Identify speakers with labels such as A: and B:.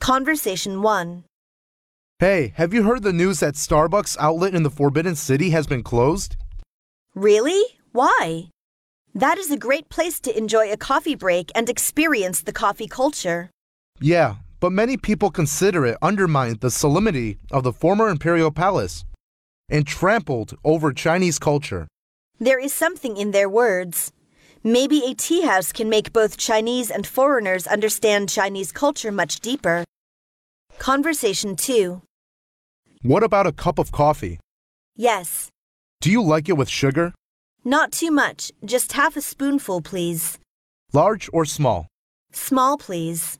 A: Conversation 1.
B: Hey, have you heard the news that Starbucks outlet in the Forbidden City has been closed?
A: Really? Why? That is a great place to enjoy a coffee break and experience the coffee culture.
B: Yeah, but many people consider it undermined the solemnity of the former imperial palace and trampled over Chinese culture.
A: There is something in their words. Maybe a tea house can make both Chinese and foreigners understand Chinese culture much deeper. Conversation 2.
B: What about a cup of coffee?
A: Yes.
B: Do you like it with sugar?
A: Not too much, just half a spoonful, please.
B: Large or small?
A: Small, please.